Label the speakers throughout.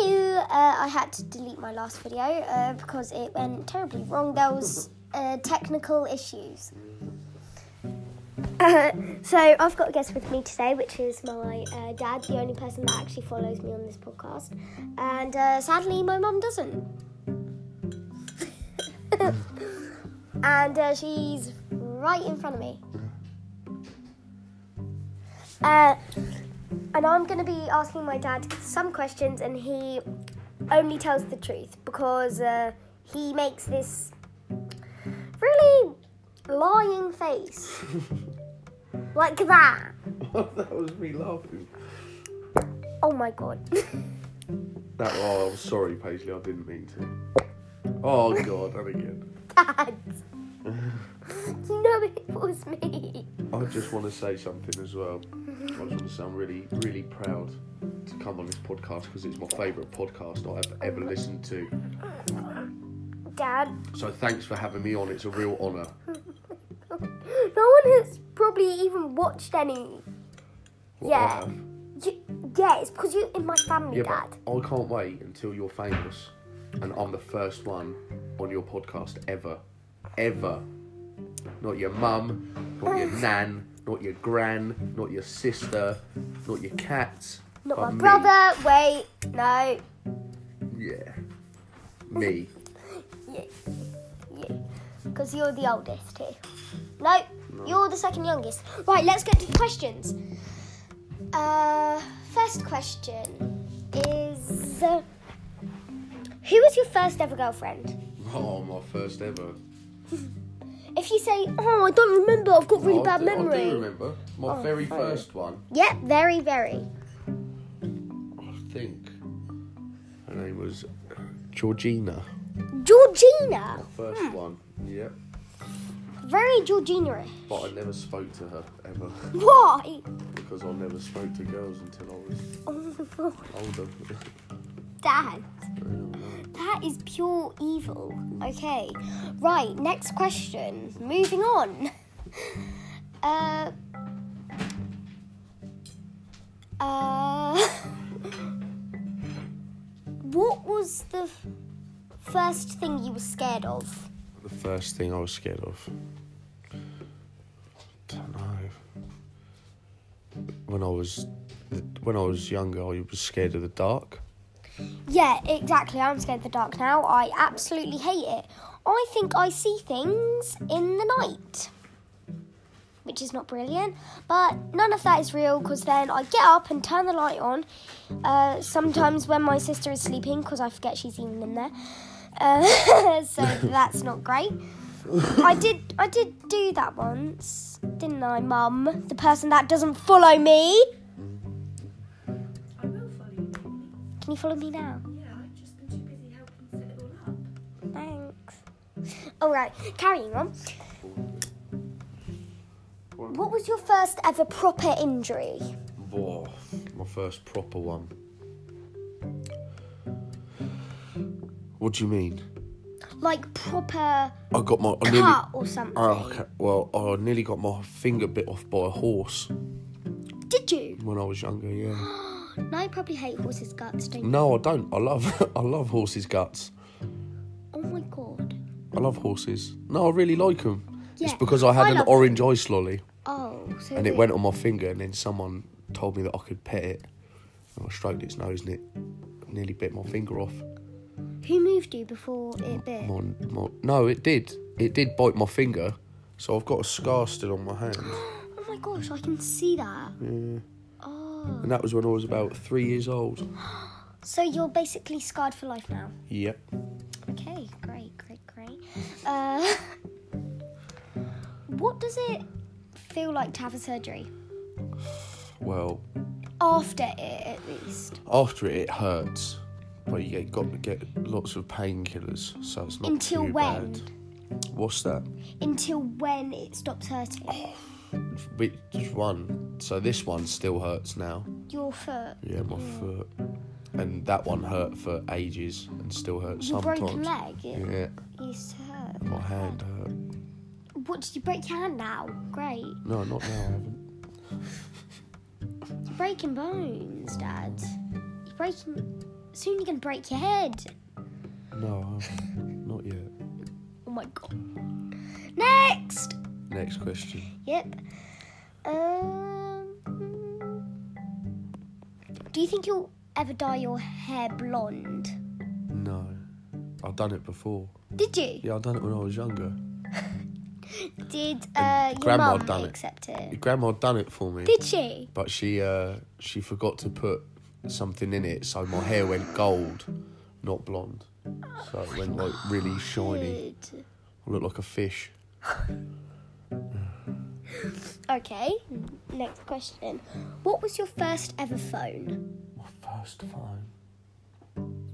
Speaker 1: Uh, I had to delete my last video uh, because it went terribly wrong. There was uh, technical issues. so I've got a guest with me today, which is my uh, dad, the only person that actually follows me on this podcast, and uh, sadly my mum doesn't. and uh, she's right in front of me. Uh, and I'm going to be asking my dad some questions, and he only tells the truth because uh, he makes this really lying face. like that.
Speaker 2: that was me laughing.
Speaker 1: Oh my god.
Speaker 2: That oh, I'm sorry, Paisley. I didn't mean to. Oh God, that again.
Speaker 1: dad. you know it was me.
Speaker 2: I just want to say something as well. I just want to say I'm really, really proud to come on this podcast because it's my favourite podcast I've ever listened to.
Speaker 1: Dad,
Speaker 2: So thanks for having me on. It's a real honour.
Speaker 1: no one has probably even watched any.
Speaker 2: What
Speaker 1: Yeah.
Speaker 2: I have.
Speaker 1: You, yeah, it's because you're in my family,
Speaker 2: Yeah,
Speaker 1: Dad.
Speaker 2: but I can't wait until you're famous and I'm the first one on your podcast ever. Ever. Not your mum, not your nan, not your gran, not your sister, not your cat.
Speaker 1: Not
Speaker 2: but
Speaker 1: my
Speaker 2: me.
Speaker 1: brother. Wait, no.
Speaker 2: Yeah. Me.
Speaker 1: Yeah, yeah. Because you're the oldest here. No, you're the second youngest. Right, let's get to the questions. Uh, first question is uh, Who was your first ever girlfriend?
Speaker 2: Oh, my first ever.
Speaker 1: If you say, Oh, I don't remember, I've got really
Speaker 2: I
Speaker 1: bad
Speaker 2: do,
Speaker 1: memory.
Speaker 2: I do remember. My very
Speaker 1: oh.
Speaker 2: first one.
Speaker 1: Yep, very, very.
Speaker 2: I think her name was Georgina.
Speaker 1: Georgina.
Speaker 2: First one. Yeah.
Speaker 1: Very Georgina.
Speaker 2: But I never spoke to her ever
Speaker 1: Why?
Speaker 2: because I never spoke to girls until I was
Speaker 1: Oh my god,
Speaker 2: older.
Speaker 1: Dad. That is pure evil. Okay. Right, next question. Moving on. Uh. Uh. what was the f- first thing you were scared of?
Speaker 2: the first thing I was scared of. Don't know. When I was when I was younger, I was scared of the dark.
Speaker 1: Yeah, exactly. I'm scared of the dark now. I absolutely hate it. I think I see things in the night, which is not brilliant, but none of that is real because then I get up and turn the light on. Uh, sometimes when my sister is sleeping because I forget she's even in there, uh, so that's not great. I did, I did do that once, didn't I, Mum? The person that doesn't follow me.
Speaker 3: I will follow you.
Speaker 1: Can you follow me now?
Speaker 3: Yeah, I've just been too busy helping set it all up.
Speaker 1: Thanks. All right, carrying on. What was your first ever proper injury?
Speaker 2: Whoa, my first proper one. What do you mean?
Speaker 1: Like proper
Speaker 2: I got my I nearly.
Speaker 1: cut or something?
Speaker 2: Oh, okay. Well, I nearly got my finger bit off by a horse
Speaker 1: Did you?
Speaker 2: when I was younger. Yeah.
Speaker 1: No, I probably hate horses' guts, don't you?
Speaker 2: No, I don't. I love I love horses' guts.
Speaker 1: Oh my god.
Speaker 2: I love horses. No, I really like them. It's
Speaker 1: Yeah,
Speaker 2: because I had
Speaker 1: I
Speaker 2: an
Speaker 1: love
Speaker 2: orange ice lolly
Speaker 1: Oh, so.
Speaker 2: and it
Speaker 1: we-
Speaker 2: went on my finger, and then someone told me that I could pet it. And I stroked its nose and it nearly bit my finger off.
Speaker 1: Who moved you before it bit?
Speaker 2: My, my, no, it did. It did bite my finger, so I've got a scar still on my hand.
Speaker 1: Oh my gosh, I can see that.
Speaker 2: Yeah.
Speaker 1: Oh.
Speaker 2: And that was when I was about three years old.
Speaker 1: So you're basically scarred for life now.
Speaker 2: Yep.
Speaker 1: Okay, great, great, great. Uh, what does it feel like to have a surgery?
Speaker 2: Well,
Speaker 1: After it, at least.
Speaker 2: after it, it hurts, but you get, got to get lots of painkillers, so it's not
Speaker 1: Until
Speaker 2: too
Speaker 1: when?
Speaker 2: bad. What's that?
Speaker 1: Until when it stops hurting?
Speaker 2: Which one? So this one still hurts now.
Speaker 1: Your foot.
Speaker 2: Yeah, my foot. And that one hurt for ages and still hurts
Speaker 1: Your
Speaker 2: sometimes.
Speaker 1: broken leg. It
Speaker 2: Yeah,
Speaker 1: used to hurt.
Speaker 2: my hand hurt.
Speaker 1: What did you break your hand now? Great.
Speaker 2: No, not now. I haven't.
Speaker 1: You're breaking bones, Dad. You're breaking Soon you're gonna break your head.
Speaker 2: No, not yet.
Speaker 1: Oh my god. Next.
Speaker 2: Next question.
Speaker 1: Yep. Um. Do you think you'll ever dye your hair blonde?
Speaker 2: No, I've done it before.
Speaker 1: Did you?
Speaker 2: Yeah, I've done it when I was younger.
Speaker 1: Did uh, your
Speaker 2: grandma
Speaker 1: mum
Speaker 2: done it.
Speaker 1: accept
Speaker 2: Your
Speaker 1: it?
Speaker 2: grandma done it for me,
Speaker 1: Did she?
Speaker 2: but she uh, she forgot to put something in it, so my hair went gold, not blonde. So it went like really shiny.
Speaker 1: Good.
Speaker 2: I looked like a fish.
Speaker 1: Okay. Next question. What was your first ever phone?
Speaker 2: My first phone.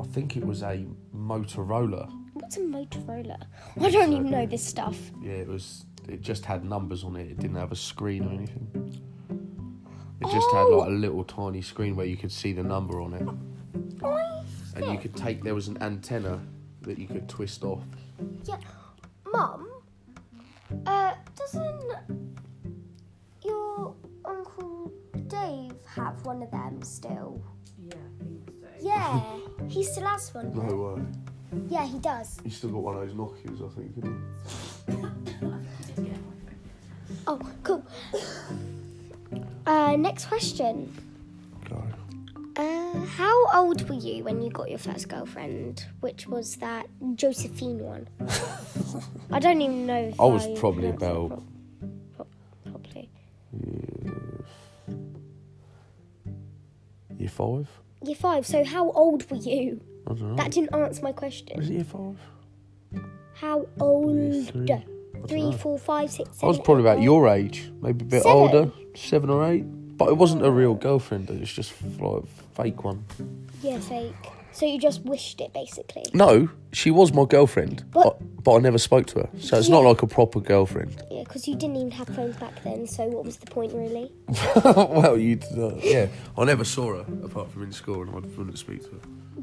Speaker 2: I think it was a Motorola.
Speaker 1: What's a Motorola? I don't even know this stuff.
Speaker 2: Yeah, it was. It just had numbers on it. It didn't have a screen or anything. It just had like a little tiny screen where you could see the number on it,
Speaker 1: I
Speaker 2: and you could take. There was an antenna that you could twist off.
Speaker 1: Yeah, Mum. Uh, doesn't your uncle Dave have one of them still?
Speaker 3: Yeah, I think so.
Speaker 1: Yeah, he still has one.
Speaker 2: No way.
Speaker 1: Yeah, he does.
Speaker 2: You still got one of those Nokia's, I think. Didn't you?
Speaker 3: I did get my phone.
Speaker 1: Oh, cool. Uh, next question.
Speaker 2: God.
Speaker 1: Uh, how old were you when you got your first girlfriend, which was that Josephine one? I don't even know. If
Speaker 2: I was probably
Speaker 1: pronounced it
Speaker 2: about-
Speaker 1: pro- pro- probably
Speaker 2: Year five?
Speaker 1: year five. So how old were you?
Speaker 2: I don't know.
Speaker 1: That didn't answer my question.
Speaker 2: was it year five?
Speaker 1: How old?
Speaker 2: Three.
Speaker 1: Three,
Speaker 2: know.
Speaker 1: four, five, six,
Speaker 2: I was
Speaker 1: seven,
Speaker 2: probably
Speaker 1: eight,
Speaker 2: about
Speaker 1: nine.
Speaker 2: your age, maybe a bit
Speaker 1: Seven.
Speaker 2: older, seven or eight. But it wasn't a real girlfriend. It was just like a fake one.
Speaker 1: Yeah, fake. So you just wished it, basically.
Speaker 2: No, she was my girlfriend,
Speaker 1: But-
Speaker 2: but, but I never spoke to her. So it's not
Speaker 1: Yeah.
Speaker 2: like a proper girlfriend.
Speaker 1: Yeah, because you didn't even have phones back then. So what was the point, really?
Speaker 2: well, you did, uh, yeah. I never saw her apart from in school, and I wouldn't speak to her.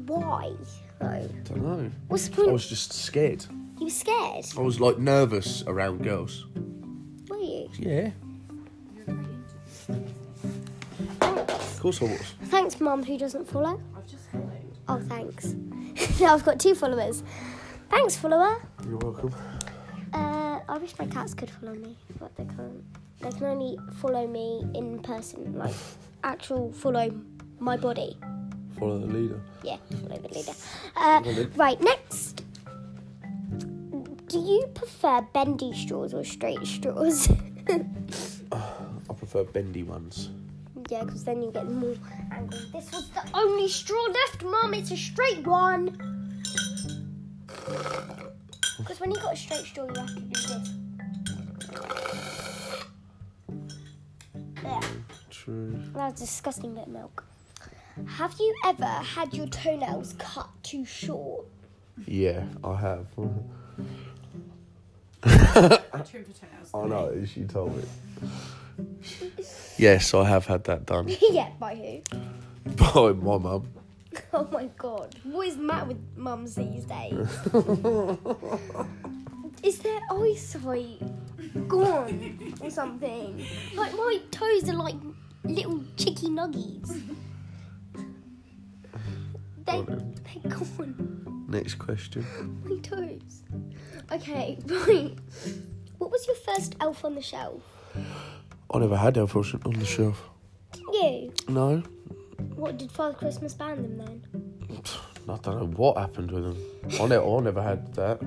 Speaker 1: Why? Though.
Speaker 2: I don't know.
Speaker 1: What's the
Speaker 2: I
Speaker 1: point?
Speaker 2: was just scared.
Speaker 1: You were scared,
Speaker 2: I was like nervous around girls.
Speaker 1: were you?
Speaker 2: Yeah,
Speaker 3: You're very into
Speaker 2: of course I was.
Speaker 1: Thanks, Mum, who doesn't follow.
Speaker 3: I've just followed.
Speaker 1: Oh, thanks. now I've got two followers. Thanks, follower.
Speaker 2: You're welcome.
Speaker 1: Uh, I wish my cats could follow me, but they can't. They can only follow me in person, like actual follow my body.
Speaker 2: Follow the leader.
Speaker 1: Yeah, follow the leader. Uh, right, next. Do you prefer bendy straws or straight straws?
Speaker 2: I prefer bendy ones.
Speaker 1: yeah, because then you get more angry. This was the only straw left, Mum. It's a straight one. Because when you got a straight straw, you have to do this. Yeah.
Speaker 2: True.
Speaker 1: That was a disgusting bit of milk. Have you ever had your toenails cut too short?
Speaker 2: Yeah, I have. Oh,
Speaker 3: I trimmed her toenails.
Speaker 2: I know, she told me. yes, I have had that done
Speaker 1: yeah, by who?
Speaker 2: by my mum.
Speaker 1: Oh my god. What is the matter with mums these days? is their eyesight gone or something? Like my toes are like little chicky nuggies. They, they're gone.
Speaker 2: Next question.
Speaker 1: My toes. Okay, right. What was your first elf on the shelf?
Speaker 2: I never had Elf Russian on the shelf.
Speaker 1: Didn't you?
Speaker 2: No,
Speaker 1: What did Father Christmas ban them then?
Speaker 2: I don't know what happened with them. I never, I never had that.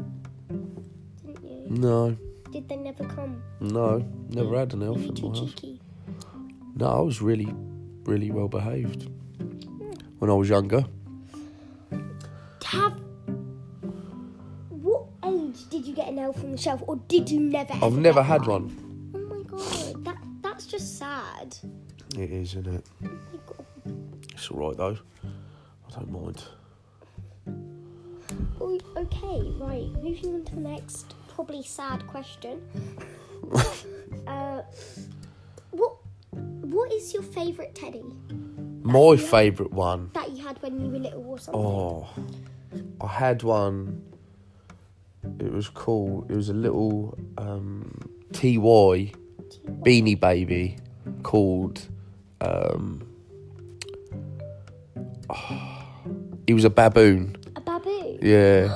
Speaker 1: Didn't you?
Speaker 2: No,
Speaker 1: Did they never come?
Speaker 2: no, never had an elf
Speaker 1: Were you
Speaker 2: in
Speaker 1: too
Speaker 2: my house.
Speaker 1: cheeky?
Speaker 2: No, I was really, really well behaved when I was younger.
Speaker 1: Have. What age did you get an elf on the shelf, or did you never?
Speaker 2: I've
Speaker 1: ever
Speaker 2: never
Speaker 1: get
Speaker 2: had one.
Speaker 1: Oh my god, that that's just sad.
Speaker 2: It is, isn't it?
Speaker 1: Oh my god.
Speaker 2: It's all right though. I don't mind.
Speaker 1: Oh, okay, right. Moving on to the next, probably sad question. uh, what what is your favourite teddy
Speaker 2: My favourite one
Speaker 1: that you had when you were little or something?
Speaker 2: Oh, I had one. It was cool. It was a little um, TY beanie baby called. Um, He was a baboon.
Speaker 1: A baboon.
Speaker 2: Yeah.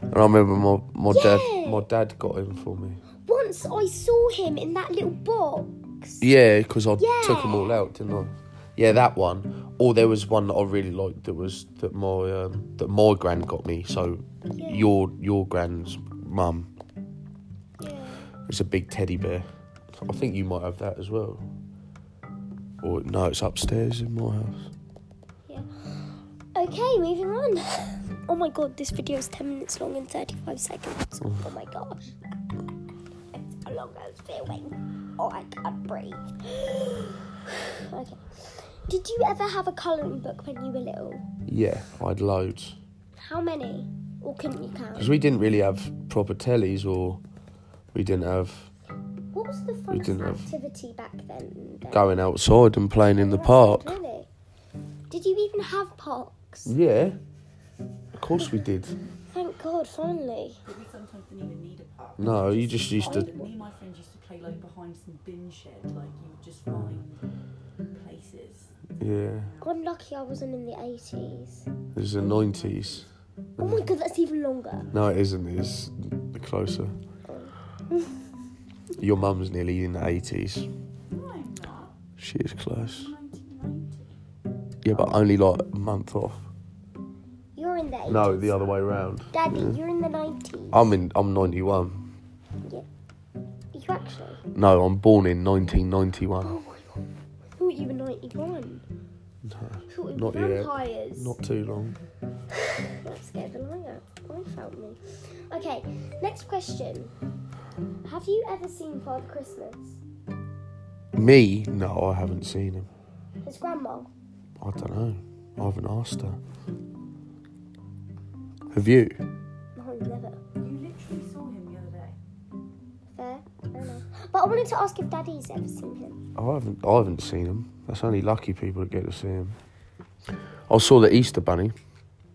Speaker 2: And I remember my, my dad
Speaker 1: Yeah.
Speaker 2: my dad got him for me.
Speaker 1: Once I saw him in that little box.
Speaker 2: Yeah, because I took 'em took
Speaker 1: Yeah.
Speaker 2: them all out, didn't I? Yeah, that one. Or there was one that I really liked that was that my um, that my gran got me. So your your gran's mum. It's a big teddy bear. I think you might have that as well. Or no, it's upstairs in my house.
Speaker 1: Okay, moving on. Oh my god, this video is 10 minutes long and 35 seconds. Oh my gosh. That's how long I was filming. Oh, I can't breathe. okay. Did you ever have a colouring book when you were little?
Speaker 2: Yeah, I had loads.
Speaker 1: How many? Or couldn't you count?
Speaker 2: Because we didn't really have proper tellies, or we didn't have
Speaker 1: What was the
Speaker 2: didn't
Speaker 1: funnest
Speaker 2: have-
Speaker 1: activity back then? then?
Speaker 2: going outside and playing in the
Speaker 1: That's good,
Speaker 2: park.
Speaker 1: Really? Did you even have parks?
Speaker 2: Yeah, of course we did.
Speaker 1: Thank God, finally.
Speaker 3: But we sometimes didn't even need a park.
Speaker 2: No, you just used to.
Speaker 3: Me and my friends used to play like behind some bin shed. Like you would just find places.
Speaker 2: Yeah,
Speaker 1: I'm lucky I wasn't in the 80s.
Speaker 2: it was the nineties.
Speaker 1: Oh my God, that's even longer.
Speaker 2: No, it isn't. It's closer. Your mum's nearly in the eighties.
Speaker 3: No, I'm not.
Speaker 2: She is close.
Speaker 3: 1990.
Speaker 2: Yeah, but only like a month off.
Speaker 1: You're in the 80s.
Speaker 2: No, the other way round.
Speaker 1: Daddy, you're in the 90s.
Speaker 2: I'm in. I'm ninety-one.
Speaker 1: You actually?
Speaker 2: No, I'm born in nineteen ninety-one.
Speaker 1: Oh my God. I thought you were 91.
Speaker 2: No,
Speaker 1: I thought you were
Speaker 2: Not yet.
Speaker 1: vampires.
Speaker 2: not too long.
Speaker 1: That scared the light out. I felt me. Okay, next question. Have you ever seen Father Christmas?
Speaker 2: Me? No, I haven't seen him.
Speaker 1: His grandma?
Speaker 2: I don't know. I haven't asked her. Have you?
Speaker 1: No, never.
Speaker 3: You literally saw him the other day.
Speaker 1: Fair. Fair enough. But I wanted to ask if Daddy's ever seen him.
Speaker 2: I haven't. I haven't seen him. That's only lucky people that get to see him. I saw the Easter Bunny.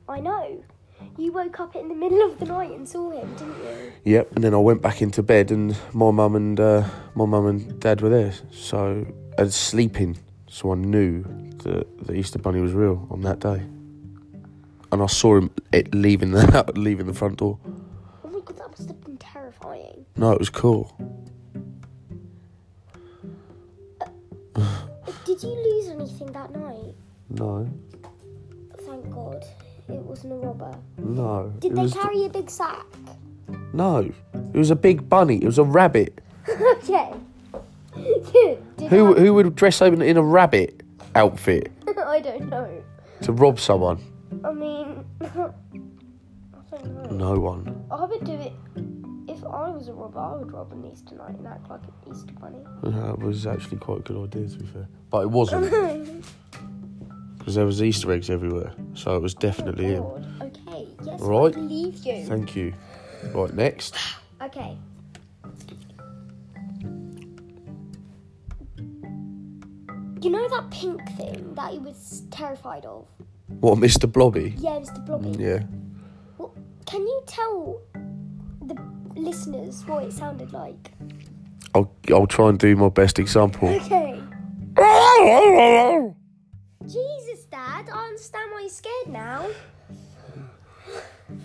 Speaker 1: I know. You woke up in the middle of the night and saw him, didn't you?
Speaker 2: Yep, and then I went back into bed, and my mum and uh, my mum and dad were there, so I was sleeping, so I knew that the Easter Bunny was real on that day, and I saw him it leaving the leaving the front door.
Speaker 1: Oh my god, that must have been terrifying.
Speaker 2: No, it was cool.
Speaker 1: Did you lose anything that night?
Speaker 2: No,
Speaker 1: Thank God. It wasn't a robber.
Speaker 2: no.
Speaker 1: Did
Speaker 2: it
Speaker 1: they
Speaker 2: was,
Speaker 1: carry a big sack?
Speaker 2: No, it was a big bunny. It was a rabbit.
Speaker 1: okay. Good. Did
Speaker 2: Who who would dress up in, in a rabbit outfit
Speaker 1: I, I don't know.
Speaker 2: to rob someone?
Speaker 1: I mean, I don't know.
Speaker 2: No one.
Speaker 1: I would do it. If I was a robber, I would rob an Easter night and act like an Easter bunny. Oh
Speaker 2: That Uh, was actually quite a good idea, to be fair. But it wasn't because there was Easter eggs everywhere, so it was definitely him.
Speaker 1: God. Okay, yes,
Speaker 2: Right.
Speaker 1: I believe you.
Speaker 2: Thank you. Right next.
Speaker 1: okay. You know that pink thing that he was terrified of?
Speaker 2: What, Mr. Blobby?
Speaker 1: Yeah, Mr. Blobby.
Speaker 2: Yeah.
Speaker 1: Well, can you tell the listeners what it sounded like?
Speaker 2: I'll I'll try and do my best example.
Speaker 1: Okay. Jesus, Dad, I understand why you're scared now.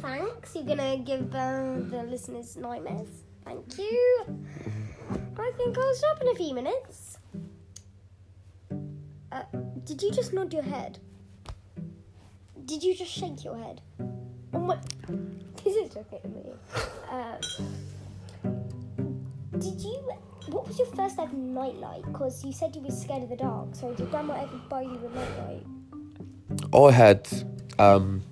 Speaker 1: Thanks. You're gonna give uh, the listeners nightmares. Thank you. I think I'll stop in a few minutes. Uh, did you just nod your head? Did you just shake your head? Oh my! This is okay me. Uh, did you? What was your first ever night like? Because you said you were scared of the dark. So did Grandma ever buy you a nightlight?
Speaker 2: I had um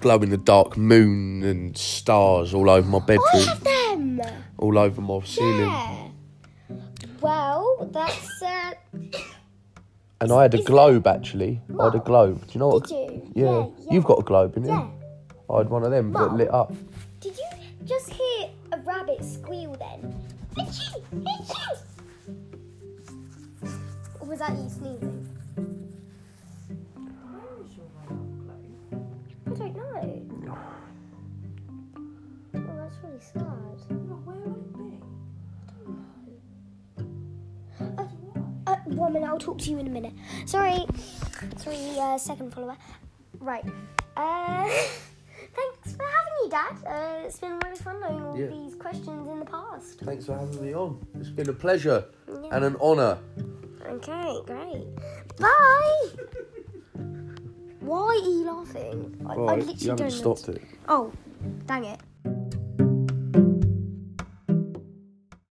Speaker 2: glow in the dark moon and stars all over my
Speaker 1: I
Speaker 2: bedroom,
Speaker 1: have them.
Speaker 2: all over my ceiling.
Speaker 1: Yeah. Well, that's uh,
Speaker 2: And I had a globe actually. I had a
Speaker 1: Wow.
Speaker 2: globe. Do you know what?
Speaker 1: did you?
Speaker 2: Yeah. You've got a globe, innit?
Speaker 1: Yeah.
Speaker 2: I had one of them that
Speaker 1: Wow.
Speaker 2: lit up.
Speaker 1: Did you just hear a rabbit squeal then? Achoo! Achoo! Or was that you sneezing?
Speaker 3: Where is your robot globe?
Speaker 1: I don't know. Oh, that's really sad.
Speaker 3: Well, where would it be?
Speaker 1: Uh, one minute. I'll talk to you in a minute. Sorry, sorry, uh, second follower. Right. Uh, thanks for having me, Dad. Uh, it's been really fun knowing all
Speaker 2: Yeah.
Speaker 1: these questions in the past.
Speaker 2: Thanks for having me on. It's been a pleasure
Speaker 1: Yeah.
Speaker 2: and an honour.
Speaker 1: Okay, great. Bye. Why are you laughing? I, I literally don't know.
Speaker 2: it.
Speaker 1: Oh, dang it.